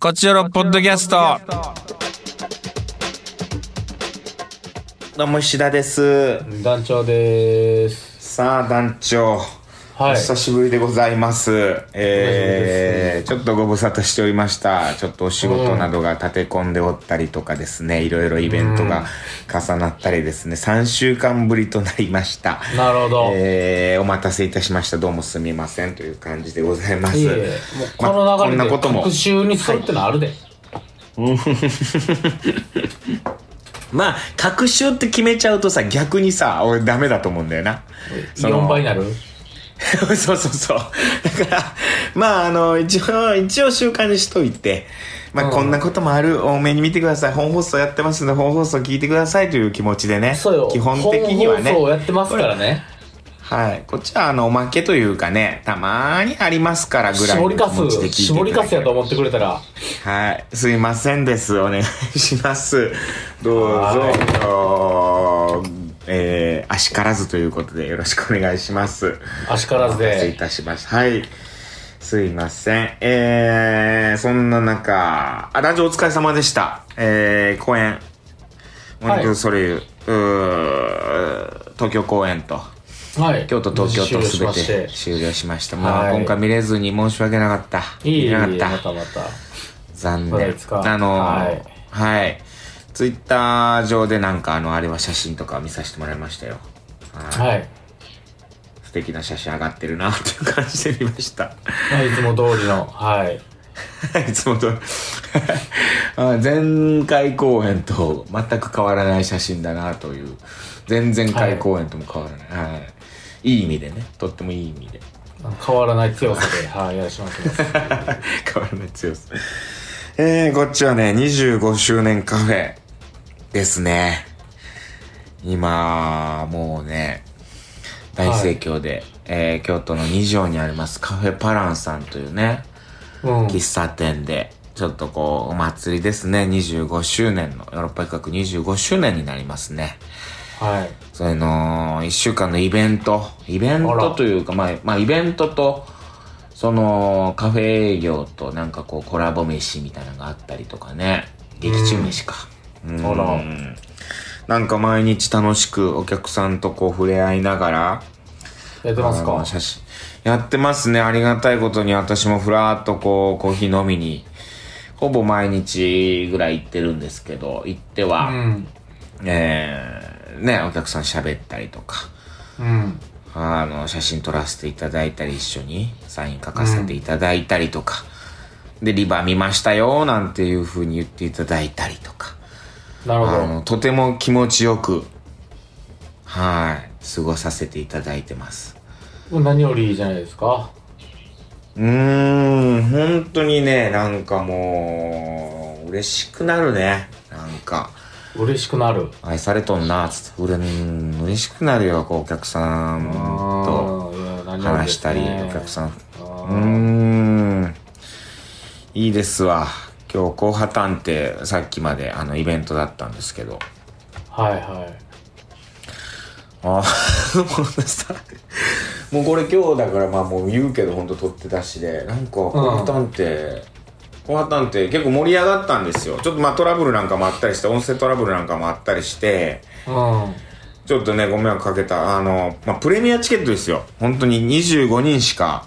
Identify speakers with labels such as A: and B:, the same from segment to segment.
A: こちらのポッドキャスト。
B: どうも石田です
C: 団長です。
B: さあ団長、
C: はい
B: お久しぶりでございますえー、ちょっとご無沙汰しておりましたちょっとお仕事などが立て込んでおったりとかですねいろいろイベントが重なったりですね3週間ぶりとなりました
C: なるほど
B: えー、お待たせいたしましたどうもすみませんという感じでございます
C: いえいえ、もうこ
B: まあ
C: の流
B: んな
C: れで
B: ことも
C: 特集にするってのあるで。
B: まあ隔週って決めちゃうとさ逆にさ俺ダメだと思うんだよなその
C: 4倍になる
B: そう そうそう。だから、まあ、あの、一応、一応習慣にしといて、まあ、
C: うん
B: こんなこともある、多めに見てください。本放送やってますので、本放送聞いてくださいという気持ちでね。
C: そうよ。
B: 基本的にはね
C: 本放。送やってますからね。
B: はい。こっちは、あの、おまけというかね、たまーにありますからぐらい
C: 絞
B: の
C: り
B: 気
C: か
B: 持ちで聞いていただ
C: す、
B: け
C: 絞りかすやと思ってくれたら、
B: はい。すいませんです。お願いします。どうぞ
C: は、
B: おえー、あしからずということでよろしくお願いします。
C: あしからず
B: お待たせい
C: で。
B: たしました。はい。すいません。えー、そんな中、あ、ラジオお疲れ様でした。えー、公演。モニクルソリュー、うー東京公演と、
C: はい。
B: 京都、東京
C: 終
B: と
C: 了
B: す
C: し
B: べ
C: まして
B: て。終了しました。
C: は
B: まあ、
C: い
B: 今回見れずに申し訳なかった。
C: いいいい
B: 見
C: いい
B: れ
C: ま
B: なかった。
C: たまた。
B: 残
C: まだ
B: 念
C: いつか
B: あのは
C: はいい、
B: ツイッター上でなんかあのあれは写真とか見させてもらいましたよはい
C: はい。
B: 素敵な写真上がってるなっていう感じで見ました
C: まあいつも通りの、はい。
B: いつもとあ前回公演と全く変わらない写真だなという前々回公演とも変わらない、はいい、い意味でねとってもいい意味で
C: 変わらない強さで、はい、やらせてもらってます。
B: 変わらない強さえー、こっちはね25周年カフェですね今もうね大盛況で、えー京都の二条にありますカフェパランさんというね
C: うん。
B: 喫茶店でちょっとこうお祭りですね25周年のヨーロッパ企画25周年になりますね
C: はい。
B: それの1週間のイベントイベン
C: あら
B: トというかまあ、まあ、イベントとそのカフェ営業となんかこうコラボ飯みたいなのがあったりとかね劇中飯かうん
C: あら
B: なんか毎日楽しくお客さんとこう触れ合いながら
C: やってます
B: あの
C: か
B: 写真やってますねありがたいことに私もふらーっとこうコーヒー飲みにほぼ毎日ぐらい行ってるんですけど行って
C: う
B: は、
C: ん。
B: えーねお客さん喋ったりとか
C: うん。
B: あの写真撮らせていただいたり一緒にサイン書かせていただいたりとか、でリバー見ましたよなんていう風に言っていただいたりとか
C: なるほ
B: あ
C: ど。
B: のとても気持ちよくはい過ごさせていただいてます
C: 何よりいいじゃないですか。
B: うーん、本当にね、なんかもう、嬉しくなるね。なんか、
C: 嬉しくなる。
B: 愛されとんな、つって。うれうん嬉しくなるよ、こう、お客さんと
C: と
B: 話したり、お客さん。うー
C: ん。
B: ん、いいですわ。今日、後破探偵、さっきまで、あの、イベントだったんですけど。
C: はいはい。
B: あー もうさもうこれ今日だからまあもう言うけど本当取って出しでなんか「コハタン」って「コハタン」って結構盛り上がったんですよちょっとまあトラブルなんかもあったりして音声トラブルなんかもあったりして
C: うん。
B: ちょっとねご迷惑かけたあの、まあ、プレミアチケットですよ本当に25人しか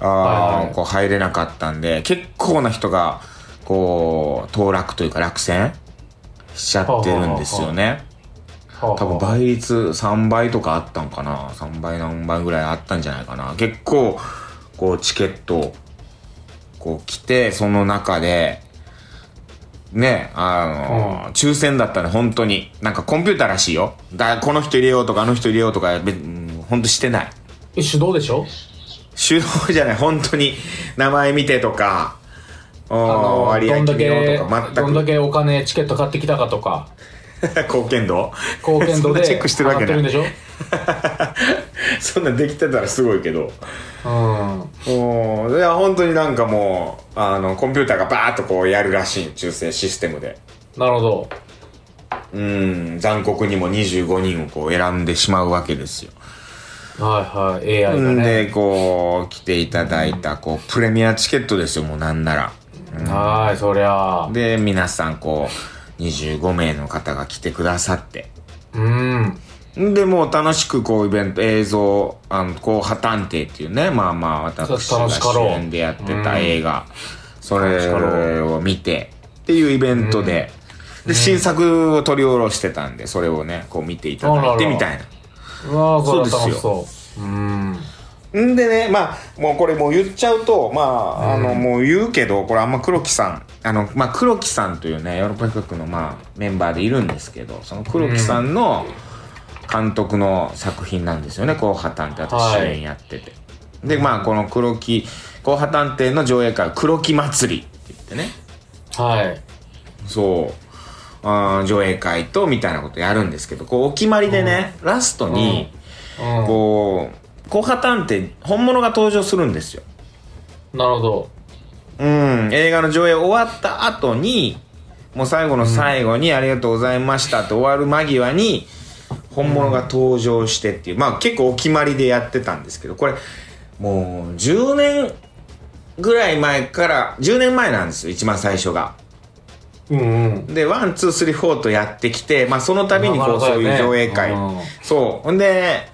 B: あー、
C: はいはい
B: こう入れなかったんで結構な人がこう当落というか落選しちゃってるんですよね。
C: 多
B: 多分倍率3倍とかあったんかな3倍何倍ぐらいあったんじゃないかな結構こうチケットこう来てその中でねあの、抽選だったね本当になんかコンピューターらしいよだこの人入れようとかあの人入れようとか別うん本当してない
C: え、手動でしょ
B: 手動じゃない本当に名前見てとかお
C: あの、
B: 割
C: ど
B: 合
C: んだ
B: 決めよう
C: け
B: とか、
C: どんだ
B: 全く
C: けお金、チケット買ってきたかとか、
B: 貢献度
C: 貢献
B: そ
C: 度
B: んな
C: で、
B: チェックしてるわけ
C: 払っ
B: な
C: てるん
B: い
C: でしょ
B: そんなんできてたらすごいけど
C: うん。
B: もういや本当になんかもうあのコンピューターがバーッとこうやるらしい抽選システムで
C: なるほど。
B: うん残酷にも25人をこう選んでしまうわけですよ、
C: はいはい、AI が
B: ん
C: ね。
B: でこう来ていただいたこうプレミアチケットですよもうなんなら
C: はい、そりゃあ。
B: で、皆さんこう、25名の方が来てくださって。
C: うん。
B: で、もう楽しくこうイベント、映像、あの、こう、破綻亭っていうね、まあまあ私
C: そう
B: が
C: 楽しかろ
B: 主
C: う
B: 演でやってた
C: うん
B: 映画、そ
C: 楽しか
B: れ
C: ろ
B: を見てっていうイベントで、で、新作を取り下ろしてたんで、それをね、こう見ていただいてみたいな。
C: うわあ、これは
B: そう
C: 楽
B: で
C: し
B: すよ
C: そう。うん。
B: んでね、まあ、もうこれもう言っちゃうと、まあ、あの、もう言うけど、これあんま黒木さん、あの、まあ、黒木さんというね、ヨーロッパ企画の、まあ、メンバーでいるんですけど、その黒木さんの監督の作品なんですよね、紅破探偵、私主
C: はい
B: 演やってて。で、まあ、この黒木、紅破探偵の上映会、黒木祭りって言ってね、
C: はい。
B: そう、あー上映会と、みたいなことやるんですけど、こう、お決まりでね、ラストに、
C: う
B: こう、紅破探偵、本物が登場するんですよ。
C: ん。なるほど。
B: うん、映画の上映終わった後に、もう最後の最後に、ありがとうございましたって終わる間際に、本物が登場してっていう、まあ結構お決まりでやってたんですけど、これ、もう10年ぐらい前から、10年前なんですよ、一番最初が。
C: うんうん。
B: で、ワン、ツー、スリー、フォーとやってきて、まあその度にこ
C: なか
B: う、
C: なか
B: そ
C: よ
B: う
C: ね
B: いう上映会
C: うん。
B: そう。ほんで、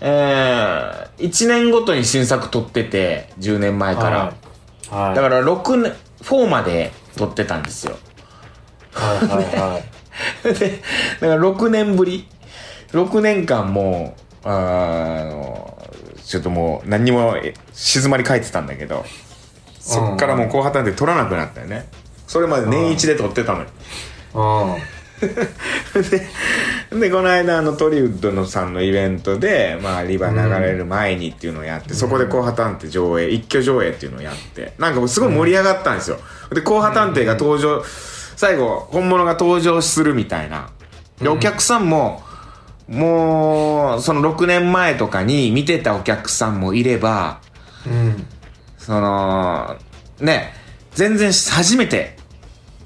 B: えー、1年ごとに新作撮ってて、10年前から。
C: はい。はい。
B: だから6年、4まで撮ってたんですよ。
C: はいはいはい。
B: で、だから6年ぶり。6年間もう、あーあの、ちょっともう何にもえ静まり返ってたんだけど、そっからもう後半なんて撮らなくなったよね。それまで年一で撮ってたのに。
C: うん。
B: で、でこの間あのトリウッドのさんのイベントで、まあリバ流れる前にっていうのをやって、そこで後半探偵上映、一挙上映っていうのをやって、なんかもうすごい盛り上がったんですよ。で、後半探偵が登場、最後、本物が登場するみたいな。で、お客さんも、もう、その6年前とかに見てたお客さんもいれば、
C: うん。
B: その、ね、全然初めて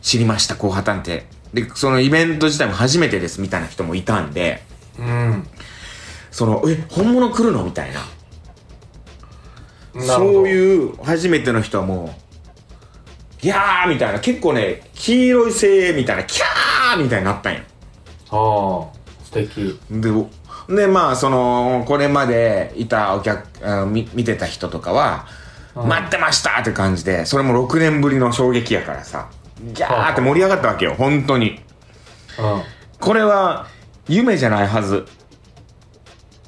B: 知りました、後半探偵。で、そのイベント自体も初めてですみたいな人もいたんで、
C: うん。
B: その、え、本物来るのみたいな。
C: なるほど
B: そういう初めての人はもう、いやーみたいな、結構ね、黄色い声援みたいな、キャーみたいになったんよ。
C: ああ、素敵。
B: で、おで、まあ、その、これまでいたお客、あみ見てた人とかは、
C: うん
B: 待ってましたって感じで、それも6年ぶりの衝撃やからさ、ギャーって盛り上がったわけよ、本当に。
C: うん。
B: これは、夢じゃないはず。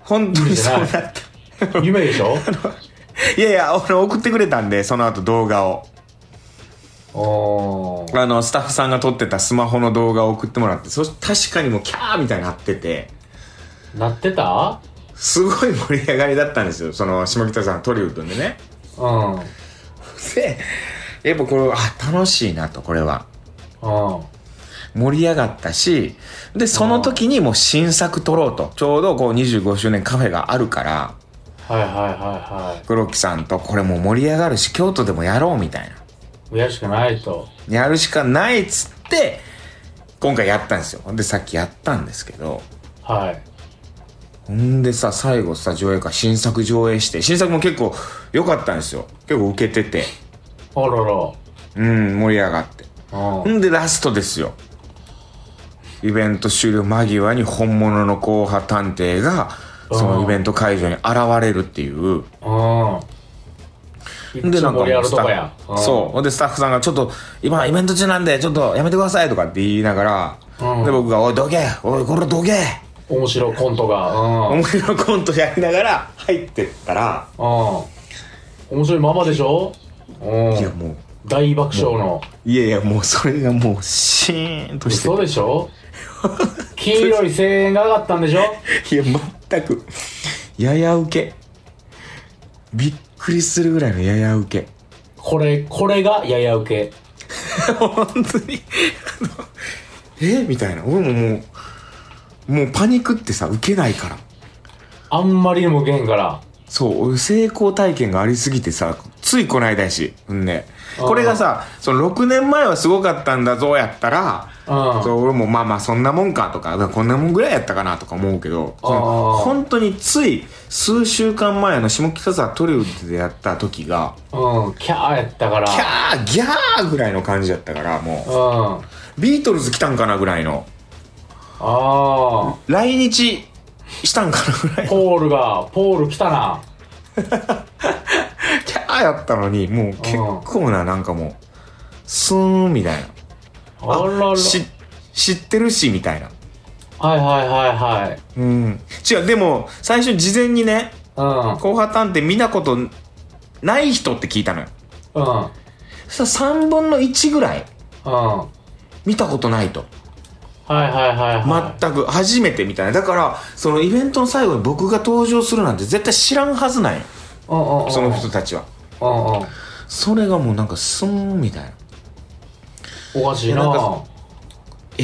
B: 本当にそうなった。
C: 夢で しょ
B: いやいや、あの送ってくれたんで、その後動画を。
C: おー。
B: あの、スタッフさんが撮ってたスマホの動画を送ってもらって、そし確かにもうキャーみたいになってて、
C: なってた
B: すごい盛り上がりだったんですよ。その、下北さんトリウッドでね。
C: うん。うん。
B: で、やっぱこれ、あ、楽しいなと、これは。盛り上がったし、で、その時にもう新作撮ろうと。ちょうどこう25周年カフェがあるから、
C: はいはいは
B: 黒木さんとこれもう盛り上がるし、京都でもやろうみたいな。
C: いはい。やるしかないと。
B: やるしかないっつって、今回やったんですよ。ほんで、さっきやったんですけど、
C: はい。
B: ほんでさ、最後さ、上映会、新作上映して、新作も結構良かったんですよ。結構受けてて、
C: あらら。
B: うん、盛り上がって。
C: うん
B: ほ。んで、ラストですよ。イベント終了間際に本物の後派探偵が、そのイベント会場に現れるっていう。
C: うん。
B: で、なんか
C: 盛り上がる
B: ス
C: と
B: タ
C: こや
B: ッ。フ、そう。ほんで、スタッフさんが、ちょっと、今、イベント中なんで、ちょっとやめてくださいとかって言いながら、
C: うん
B: で、僕が、おい、どけおい、これどけ
C: うん。面白いコントが。うん。うん。
B: 面白いコントやりながら入ってったら、
C: 面白いままでしょう
B: いや、
C: ん。
B: もう、
C: 大爆笑の。
B: いやいや、もうそれがもうシーンとして
C: 嘘でしょ 黄色い声援が上がったんでしょ
B: て、いや、全く、やや受け。びっくりするぐらいのやや受け。
C: これ、これがやや受け。
B: 本当に、あの、えみたいな。俺ももう、もうパニックってさ、受けないから。
C: あんまりにも受けへんから。
B: そう、成功体験がありすぎてさ、ついこの間やし、うんね。これがさ、その6年前はすごかったんだぞやったら、
C: うん
B: そう俺もまあまあそんなもんかとか、こんなもんぐらいやったかなとか思うけど、その
C: あー
B: 本当につい数週間前の下北沢トリウッドでやった時が、
C: うん、キャーやったから。
B: キャーギャーぐらいの感じやったから、も
C: うん。
B: う、ビートルズ来たんかなぐらいの、
C: ああ。
B: 来日したんかなぐらいの、
C: ポールが、ポール来たな。
B: キャーやったのに、もう結構な、なんかもう、スーンみたいな。
C: あらら。
B: し知ってるしみたいな
C: はいはいはいはい。
B: うん違うでも最初事前にね「
C: う
B: 紅白探偵」見たことない人って聞いたのよ
C: ん。うん。
B: そしたら3分の1ぐらい
C: うん。
B: 見たことないと
C: はいはいはいは
B: 全く初めてみたいなだからそのイベントの最後に僕が登場するなんて絶対知らんはずない
C: い。うんうんうん。
B: その人たちは
C: うんうん。
B: それがもうなんかスーンみたいな
C: おかしい
B: い
C: な。
B: やなんかえ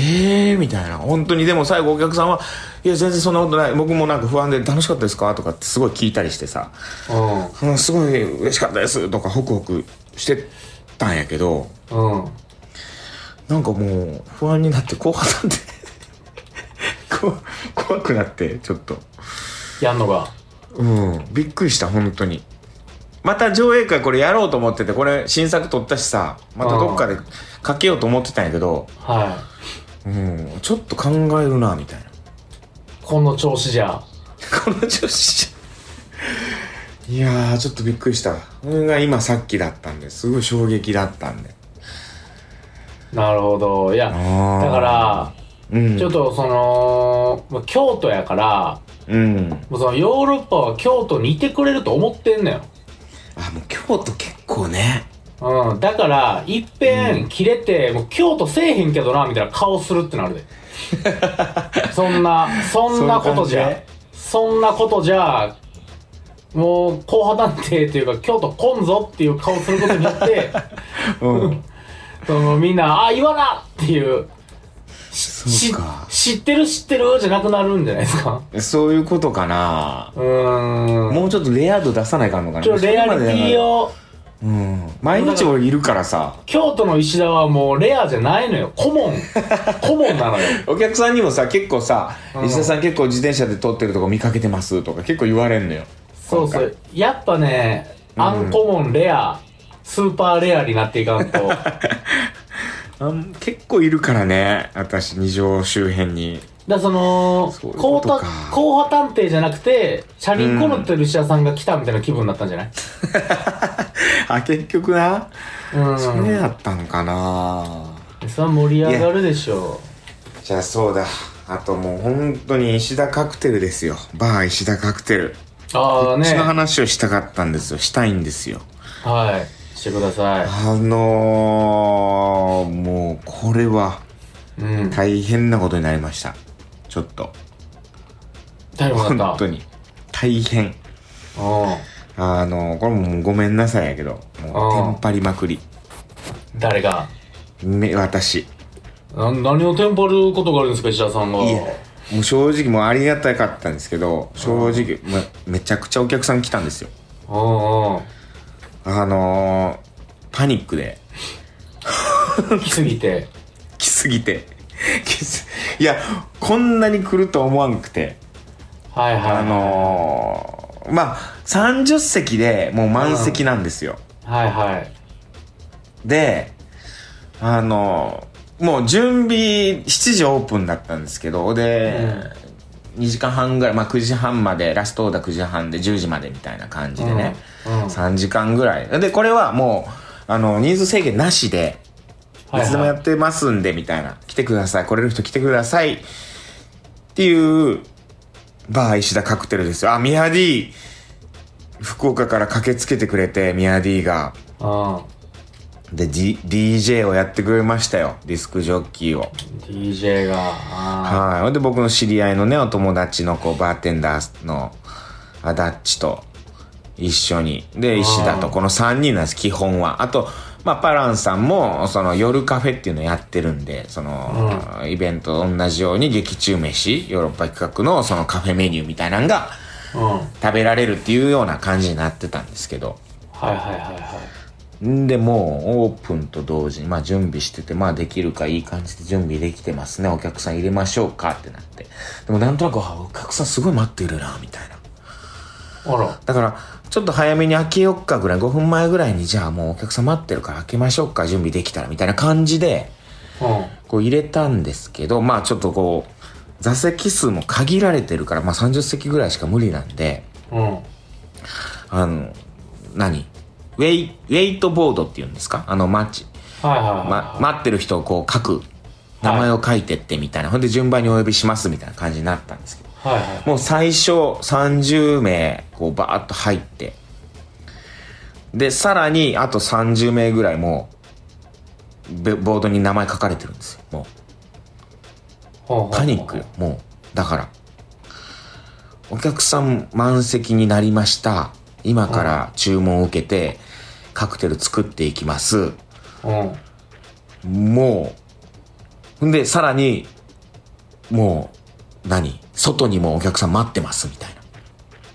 B: ーみたいな本当にでも最後お客さんはいや全然そんなことない僕もなんか不安で楽しかったですかとかってすごい聞いたりしてさ
C: う
B: うんすごい嬉しかったですとかホクホクしてたんやけど
C: ん。うん。
B: なんかもう不安になって後半なんで こ怖くなってちょっと
C: やんのが。
B: うんびっくりした本当にまた上映会これやろうと思っててこれ新作撮ったしさまたどっかでかけようと思ってたんやけど
C: は
B: うんちょっと考えるなみたいな
C: い。この調子じゃ。
B: この調子じゃいやーちょっとびっくりしたそれが今さっきだったんですごい衝撃だったんで
C: なるほど。いや、だ
B: あー
C: から、
B: うん
C: ちょっとその、まあ京都やから、
B: うん
C: もうそのヨーロッパは京都にいてくれると思ってんのよ。
B: あもう京都結構ね
C: うん、だから、いっぺん切れて、もう京都せえへんけどな、みたいな顔するって なるで。そんな、そんなことじゃ、そんなことじゃ、もう、後派探偵っていうか、京都来んぞっていう顔することによ って、
B: うん
C: そのみんな、あ、言わなっていう、
B: そうか
C: し知ってる知ってるじゃなくなるんじゃないですか。
B: そういうことかな
C: うーん。
B: もうちょっとレア度出さないかんのかな
C: ちょっとレアリティ
B: を
C: を、
B: うん毎日俺いるからさ
C: 京都の石田はもうレアじゃないのよ。コモン。 コモンなのよ。
B: お客さんにもさ結構さ「
C: うん
B: 石田さん結構自転車で撮ってるとこ見かけてます」とか結構言われんのよ
C: そうそ
B: 今
C: う。やっぱね、アンコモン、レア、スーパーレアになっていかん と。
B: 回あん結構いるからね私二条周辺に
C: だその、
B: そういうこ
C: 後
B: とか
C: 派後派探偵じゃなくて、チャリンコ乗ってる石田さんが来たみたいな気分になったんじゃない
B: あ結局な、
C: うん。
B: それやったんかな
C: それは盛り上がるでしょ
B: じゃあそうだあともう本当に石田カクテルですよバー石田カクテル
C: う。ああ
B: その
C: ね。
B: 話をしたかったんですよしたいんですよ
C: はい。してください。
B: あのー、もうこれは
C: うん。
B: 大変なことになりましたちょっと
C: 大丈夫だ
B: 本
C: った。
B: 当に大変
C: う
B: あのこれもうごめんなさいやけども
C: あー
B: うテンパりまくり
C: ん。誰が
B: め私
C: な何をテンパることがあるんですか、石田さんが。
B: いやもう正直もうありがたかったんですけど正直まめちゃくちゃお客さん来たんですよ
C: うんうん。
B: あのー、パニックで
C: 来すぎて。
B: 来すぎて来すいやこんなに来ると思わんくて
C: はいはい。
B: あのー、まあ30席でもう満席なんですよ、
C: はいはい。
B: であのー、もう準備7時オープンだったんですけどで、2時間半ぐらい、まあ、9時半までラストオーダー9時半で10時までみたいな感じでね、
C: うんうん
B: 3時間ぐらいでこれはもうあの人数制限なしでいつでもやってますんでみたいな来てください来れる人来てくださいっていうバー石田カクテルですよあミヤディ福岡から駆けつけてくれてミヤディが
C: うん。
B: で、D、DJ をやってくれましたよディスクジョッキーを
C: DJ が。あ
B: はいほんで僕の知り合いのねお友達のこうバーテンダーのアダッチと一緒にで石田とこの3人なんです基本はあとまあパランさんもその夜カフェっていうのやってるんでその、イベントと同じように劇中飯ヨーロッパ企画のそのカフェメニューみたいなのが
C: ーはい
B: 食べられるっていうような感じになってたんですけど。
C: はいはいはい。
B: んで、もうオープンと同時に、まあ準備してて、まあできるかいい感じで準備できてますね。お客さん入れましょうかってなって。でもなんとなく、あお客さんすごい待ってるな、みたいな。
C: あら。
B: だから、ちょっと早めに開けよっかぐらい、5分前ぐらいに、じゃあもうお客さん待ってるから開けましょうか、準備できたら、みたいな感じで、
C: うん。
B: こう入れたんですけど、まあちょっとこう、座席数も限られてるから、まあ30席ぐらいしか無理なんで、
C: うん。
B: あの、何ウェイ、ウェイトボードっていうんですかあの、マッチ。
C: はいはいはい。
B: ま、待ってる人をこう書く。名前を書いてってみたいな。ほんで順番にお呼びしますみたいな感じになったんですけど。
C: はいはい。
B: もう最初30名、こうバーッと入って。で、さらにあと30名ぐらいもう、べボードに名前書かれてるんですよ。もう。
C: ほうほうほう
B: パニックよ。もうだからお客さん満席になりました今から注文を受けてカクテル作っていきます
C: うん。
B: もうほんでさらにもう何外にもうお客さん待ってますみたい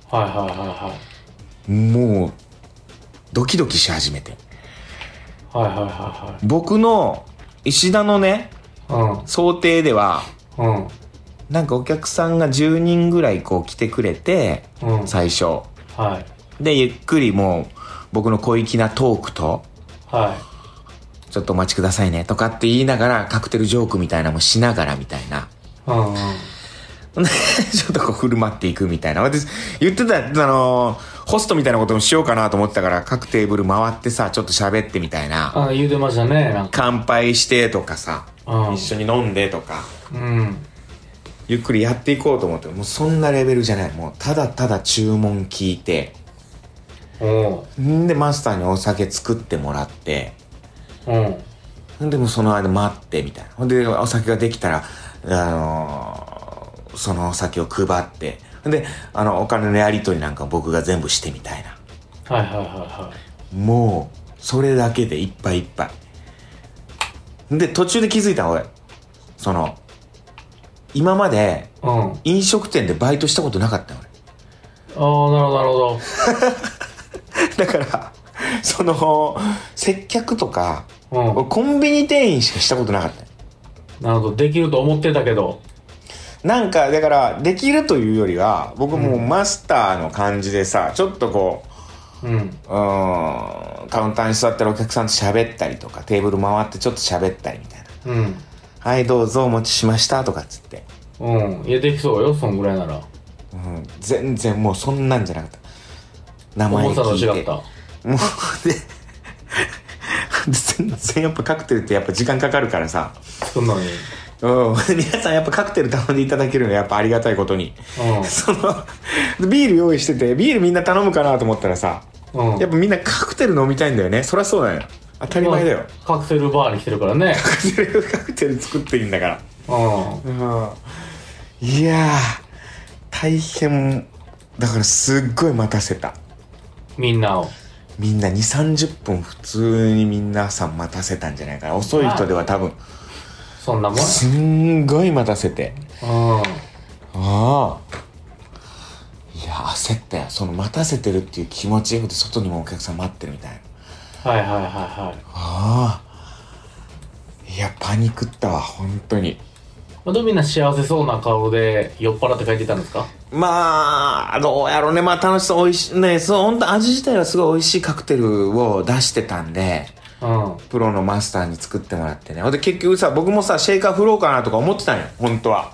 C: はいはいは
B: なもうドキドキし始めて
C: いはい。はいはいは
B: 僕の石田のね
C: いは。
B: 想定ではい
C: うん。うん。
B: なんかお客さんが10人ぐらいこう来てくれて
C: うん。
B: 最初
C: はい。
B: でゆっくりもう僕の小粋なトークと
C: は
B: ちょっとお待ちくださいねとかって言いながらカクテルジョークみたいなのもしながらみたいな
C: い。うんう ん。
B: ちょっとこう振る舞っていくみたいな私言ってたあのーホストみたいなこともしようかなと思ってたから各テーブル回ってさちょっと喋ってみたいな
C: あ、言うてましたね、なんか。
B: 乾杯してとかさ
C: うん
B: 一。緒に飲んでとか
C: うん。
B: ゆっくりやっていこうと思ってもうそんなレベルじゃないもうただただ注文聞いて
C: お
B: んでマスターにお酒作ってもらって
C: うん。うん。
B: でもその間待ってみたいな。ほんでお酒ができたら、あのーそのお酒を配って。ほんで、あの、お金のやり取りなんか僕が全部してみたいな。
C: はいはいはいは
B: もう、それだけでいっぱいいっぱい。んで、途中で気づいたの俺。その、今まで
C: い。うん。
B: 飲食店でバイトしたことなかったの
C: ああ、なるほどなるほど。
B: 俺。だから、その、接客とか、
C: う
B: 俺コンビニ店員しかしたことなかった。
C: ん。なるほど。できると思ってたけど。
B: なんかだからできるというよりは僕もうマスターの感じでさ、ちょっとこ
C: うん。
B: ううーんカウンターに座ってるお客さんと喋ったりとかテーブル回ってちょっと喋ったりみたいな「
C: うん。
B: はいどうぞお持ちしました」とかっつって、
C: うん。いや、できそうよ、そんぐらいなら。
B: うん、全然もうそんなんじゃなかった名前
C: 思ったの
B: 聞いて
C: 違った。
B: もうで 全然やっぱカクテルってやっぱ時間かかるからさ、
C: 作んのに。
B: うん、皆さんやっぱカクテル頼んでいただけるのやっぱありがたいことに。その、ビール用意してて、ビールみんな頼むかなと思ったらさ、
C: うん。うん。
B: やっぱみんなカクテル飲みたいんだよね。そりゃそうだよ。当たり前だよ。
C: カクテルバーに来てるからね。
B: カクテル、カクテル作っていいんだから。
C: う
B: うん。いやー、大変、だからすっごい待たせた。
C: ん。みんなを。
B: みんな2、30分普通にみんなさん待たせたんじゃないかな。遅い人では多分、
C: そんなもんや。
B: すんごい待たせて。
C: うん。
B: ああいや焦ったよその待たせてるっていう気持ちよくて外にもお客さん待ってるみたいな
C: はいはいはいはい。
B: ああいやパニクったわ本当に
C: まあ、でもみんな幸せそうな顔で酔っ払って帰っていったんですか
B: まあどうやろうねまあ楽しそう美味しいねそう本当味自体はすごい美味しいカクテルを出してたんで
C: うん。
B: プロのマスターに作ってもらってねほんで結局さ僕もさシェイカー振ろうかなとか思ってたんよ本当は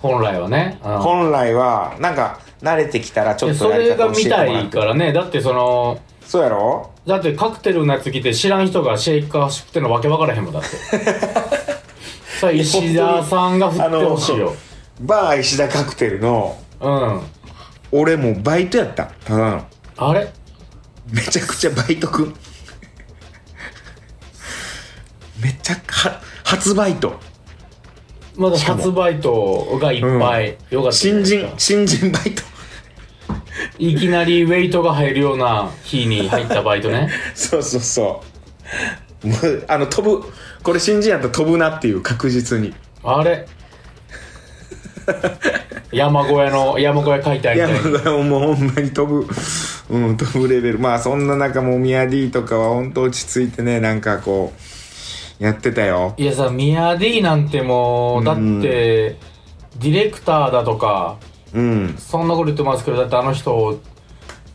C: 本来はね。うん
B: 本来はなんか慣れてきたらちょ
C: で
B: っと
C: そ
B: やり
C: れ
B: 方教え
C: が見
B: ても
C: た
B: らっ
C: い
B: て
C: からね。だってその、
B: そうやろ
C: だってカクテルのやつ来て知らん人がシェイカー振ってんのわけわからへんもんだ って。さあ石田さんが振ってほしいよ。
B: バー石田カクテルの
C: うん。
B: 俺もうバイトやったただの
C: あれ
B: めちゃくちゃバイトくんめちゃは初バイト
C: まだ
B: しかも
C: 初バイトがいっぱい。よかったじゃ
B: 新
C: ないです
B: 人
C: か。
B: 新人バイト
C: いきなりウェイトが入るような日に入ったバイト ね。
B: そうそうそうもうあの飛ぶこれ新人やったら飛ぶなっていう確実に
C: あれ 山小屋の、山小屋解体
B: い
C: み
B: や
C: たいな。
B: もうもうほんまに飛ぶ、うん、飛ぶレベルまあそんな中もみや D とかは本当落ち着いてねなんかこうやってたよ
C: いやさ、ミヤ D なんてもう、だって、
B: うん
C: ディレクターだとか、
B: うん
C: そんなこと言ってますけど、だってあの人、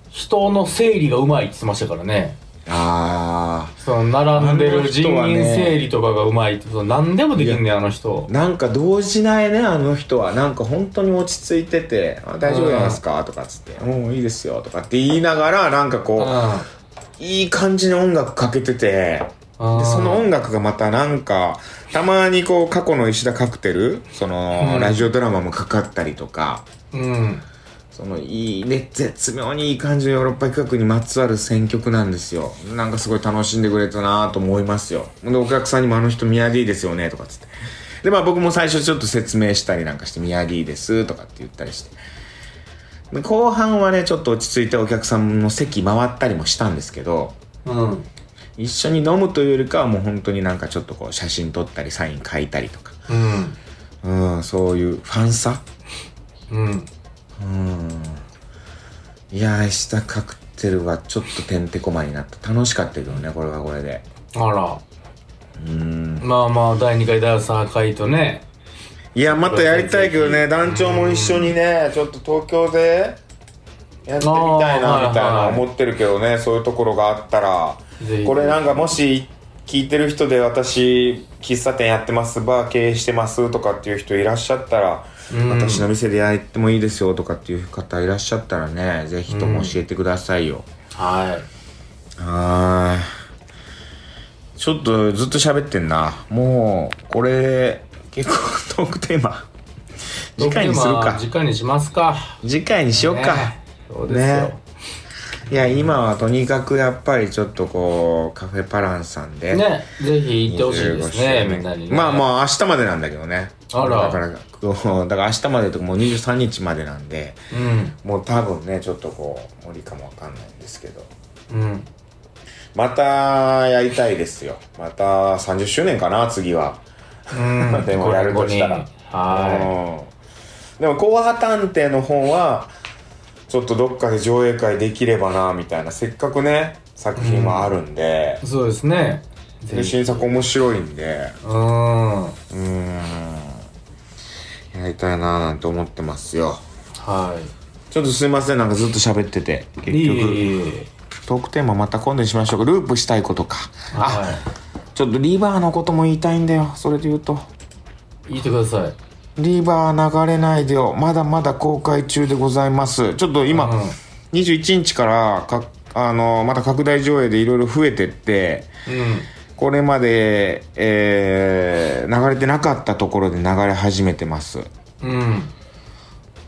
C: 人の整理がうまいって言ってましたからね。
B: あ
C: その、並んで
B: あの
C: る人
B: 人はね
C: 員整理とかがうまいって、その何でもできんねん、あの人
B: ー。なんか動じないねあの人はなんか本当に落ち着いてて「あ大丈夫じゃないですか?」とかっつって「うんいいですよ」とかって言いながらなんか
C: うん。
B: こういい感じの音楽かけてて
C: うん
B: でその音楽がまたなんかたまにこう過去の石田カクテルその、
C: うん
B: ラジオドラマもかかったりとか
C: うん。
B: そのいいね絶妙にいい感じのヨーロッパ企画にまつわる選曲なんですよなんかすごい楽しんでくれたなと思いますよでお客さんにも「あの人ミヤディですよね」とかっつってでまあ僕も最初ちょっと説明したりなんかして「ミヤディです」とかって言ったりしてで後半はねちょっと落ち着いてお客さんの席回ったりもしたんですけど
C: うん。
B: 一緒に飲むというよりかはもう本当になんかちょっとこう写真撮ったりサイン書いたりとか
C: うん。
B: うんそういうファンさ
C: うん。
B: うんいやー石田カクテルはちょっとてんてこまになった楽しかったけどねこれはこれで
C: あら。
B: うん
C: まあまあ、第2回ダンサー会とね。
B: いやまたやりたいけどね団長も一緒にねちょっと東京でやってみたい
C: あー
B: なみたいな
C: はいはい
B: 思ってるけどねそういうところがあったら
C: ぜひ
B: これなんかもし聞いてる人で私喫茶店やってますバー経営してますとかっていう人いらっしゃったら
C: うん
B: 私の店でやってもいいですよとかっていう方いらっしゃったらねぜひとも教えてくださいよ、
C: は
B: はーいちょっとずっと喋ってんなもうこれ結構トークテーマ
C: い。
B: 次回にするか
C: 次回にしますか。
B: 次回にしようか、
C: ねそうですよ。
B: ねいや今はとにかくやっぱりちょっとこうカフェパランさんで
C: ね、ぜひ行ってほしいですね、
B: 25
C: みんなに、ね。
B: まあまあ明日までなんだけどね
C: あら
B: だからこうだから明日までとかもう23日までなんで
C: あ。うん。
B: もう多分ねちょっとこう無理かもわかんないんですけど
C: うん。
B: またやりたいですよまた30周年かな次は
C: う ん。
B: でもやるとしたら
C: ここには
B: うんでも「紅白探偵」の本はちょっとどっかで上映会できればなみたいなせっかくね作品はあるんで
C: い。,、そうですね。
B: で
C: ぜひ。
B: 新作面白いんで
C: うん。は
B: うーんやりたいなーなんて思ってますよちょっとすいませんなんかずっと喋ってて結
C: い。
B: 局
C: いえいえいえ
B: トークテーマまた今度にしましょうかループしたいことか、あ
C: は
B: ちょっとリバーのことも言いたいんだよそれで言うと
C: い。言ってください。
B: リバー流れないでよ。まだまだ公開中でございます。ちょっと今、
C: うん
B: 21日からか、あの、また拡大上映でいろいろ増えてって、
C: うん。
B: これまで、えー流れてなかったところで流れ始めてます。う
C: うん。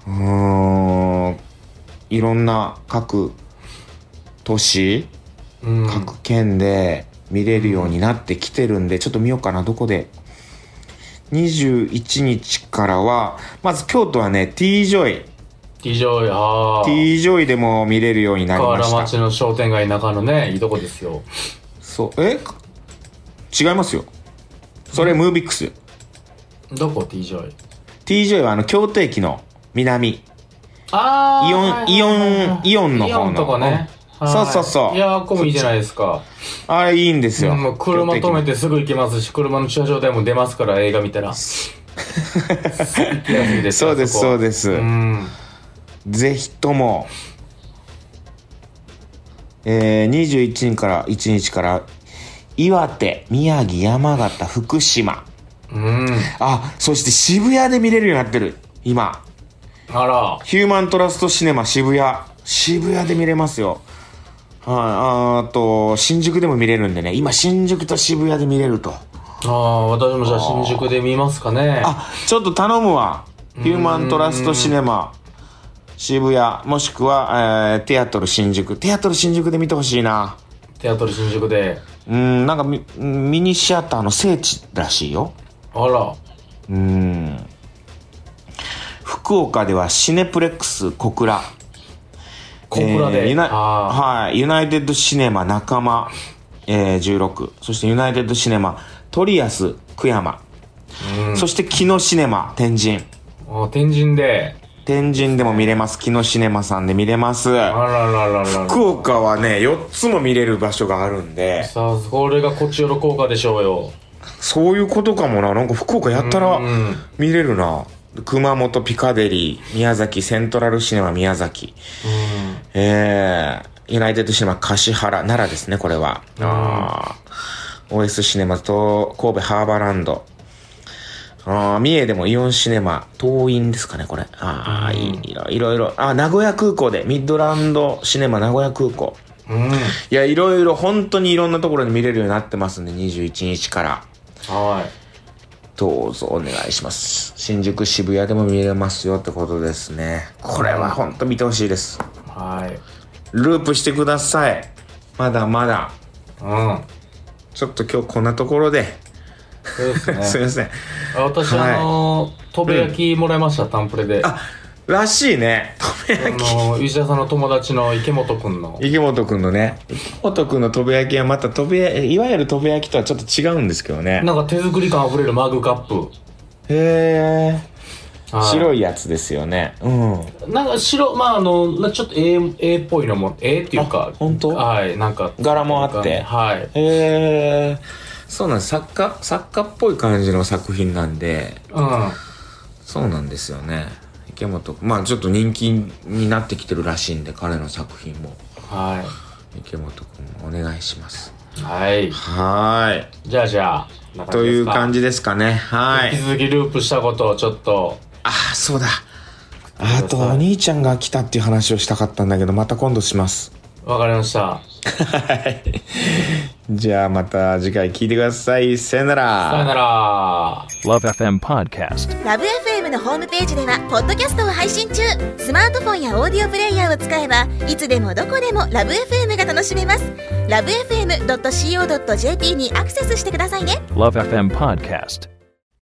B: ーん、いろんな各都市、
C: うん。
B: 各県で見れるようになってきてるんで、ちょっと見ようかな、どこで。21日からは、まず京都はね、T ジョイ。
C: 以上や。はー
B: T ジョイでも見れるようになり
C: 河
B: ま
C: 原
B: し
C: 町
B: た。
C: の商店街中のね、いいとこですよ。
B: そう、え違いますよ。それ、ムービックス。
C: どこ ?T ジョイ。
B: T ジョイはあの、京都駅の南。
C: あ
B: イオン
C: ーはいはいはいはい
B: イオンイオンの方の
C: イオンとかね。
B: うん
C: はい
B: そうそうそう
C: いやー、ここもいいじゃないですか。
B: あれ、いいんですよ。
C: うんもう車
B: 京都
C: 止め
B: 駅の。
C: てすぐ行けますし、車の駐車場でも出ますから、映 画見たら。行きやすいです
B: そうです、そう
C: す。
B: です。
C: うん。
B: ぜひとも、えー、21日から、1日から、岩手、宮城、山形、福島。
C: うん。
B: あ、そして渋谷で見れるようになってる。今。
C: あら。
B: ヒューマントラストシネマ渋谷。渋谷で見れますよ。はい、ああと、新宿でも見れるんでね。今、新宿と渋谷で見れると。
C: ああ、私もじゃあ新宿で見ますかね。
B: あ、ちょっと頼むわ。ヒューマントラストシネマ渋谷、もしくは、えーテアトル新宿。テアトル新宿で見てほしいな。
C: テアトル新宿で。
B: うん、なんかミミニシアターの聖地らしいよ。
C: あら。
B: うん。福岡ではシネプレックス小倉。
C: 小倉
B: えー
C: で。
B: ユナ
C: あ
B: はい、ユナイテッドシネマ仲間、えー16そしてユナイテッドシネマトリアス久山、そして木野シネマ天神
C: あ。あ天神で。
B: 天神でも見れます。木のシネマさんで見れます。
C: あららららら
B: 福岡はね、4つも見れる場所があるんで、
C: さあこれがこっちよろ効果でしょうよ
B: そういうことかもな。なんか福岡やったら
C: うん
B: 見れるな。熊本ピカデリー、宮崎セントラルシネマ宮崎。えー、ユナイテッドシネマ橿原、奈良ですね、これは。あー OS シネマと神戸ハーバーランド。あー三重でもイオンシネマ、東院ですかね、これ。ああ、いいろいろいろ。あ、名古屋空港で、ミッドランドシネマ名古屋空港。
C: うんうん
B: いや、いろいろ、本当にいろんなところに見れるようになってますんで、21日から。
C: は
B: どうぞお願いします。新宿渋谷でも見れますよってことですね。これは本当見てほしいです。
C: いはい
B: ループしてください。まだまだ。
C: うん
B: ちょっと今日こんなところで、
C: そうで す
B: すい
C: ね
B: ません。
C: あ私、
B: はい
C: あのとべ焼きもらいました、タンプレであ
B: あ、らしいね。とべ焼き。
C: の石田さんの友達の池本くんの
B: 池本くんのね、池本くんのとべ焼きはまたとべ、いわゆるとべ焼きとはちょっと違うんですけどね。
C: なんか手作り感あふれるマグカップ
B: へー。白
C: い
B: いやつですよね。うん。
C: なんか白まああのなちょっと A, A っぽいのも A っていうか
B: あ本当
C: はいなんか
B: 柄もあって
C: はい
B: へえ。そうなんです。作家、作家っぽい感じの作品なんで、
C: うん
B: そうなんですよね。池本、まあちょっと人気になってきてるらしいんで、彼の作品も。
C: は
B: 池本くん、お願いします。
C: い。はい。
B: はーい。
C: じゃあじゃあ、こんな
B: という感
C: じ
B: じですかね。は
C: で
B: い
C: す。か。引き続きループしたことをちょっと、
B: ああ、そうだ。あと、お兄ちゃんが来たっていう話をしたかったんだけど、また今度します。
C: わかりました。
B: はい。じゃあ、また次回聞いてください。さよな
C: さよなら。
A: Love FM Podcast.
D: ラブ f m のホームページではポッドキャストを配信中スマートフォンやオーディオプレイヤーを使えばいつでもどこでもラブ f m が楽しめますラブ FM.co.jp にアクセスしてくださいね
A: Love FM Podcast.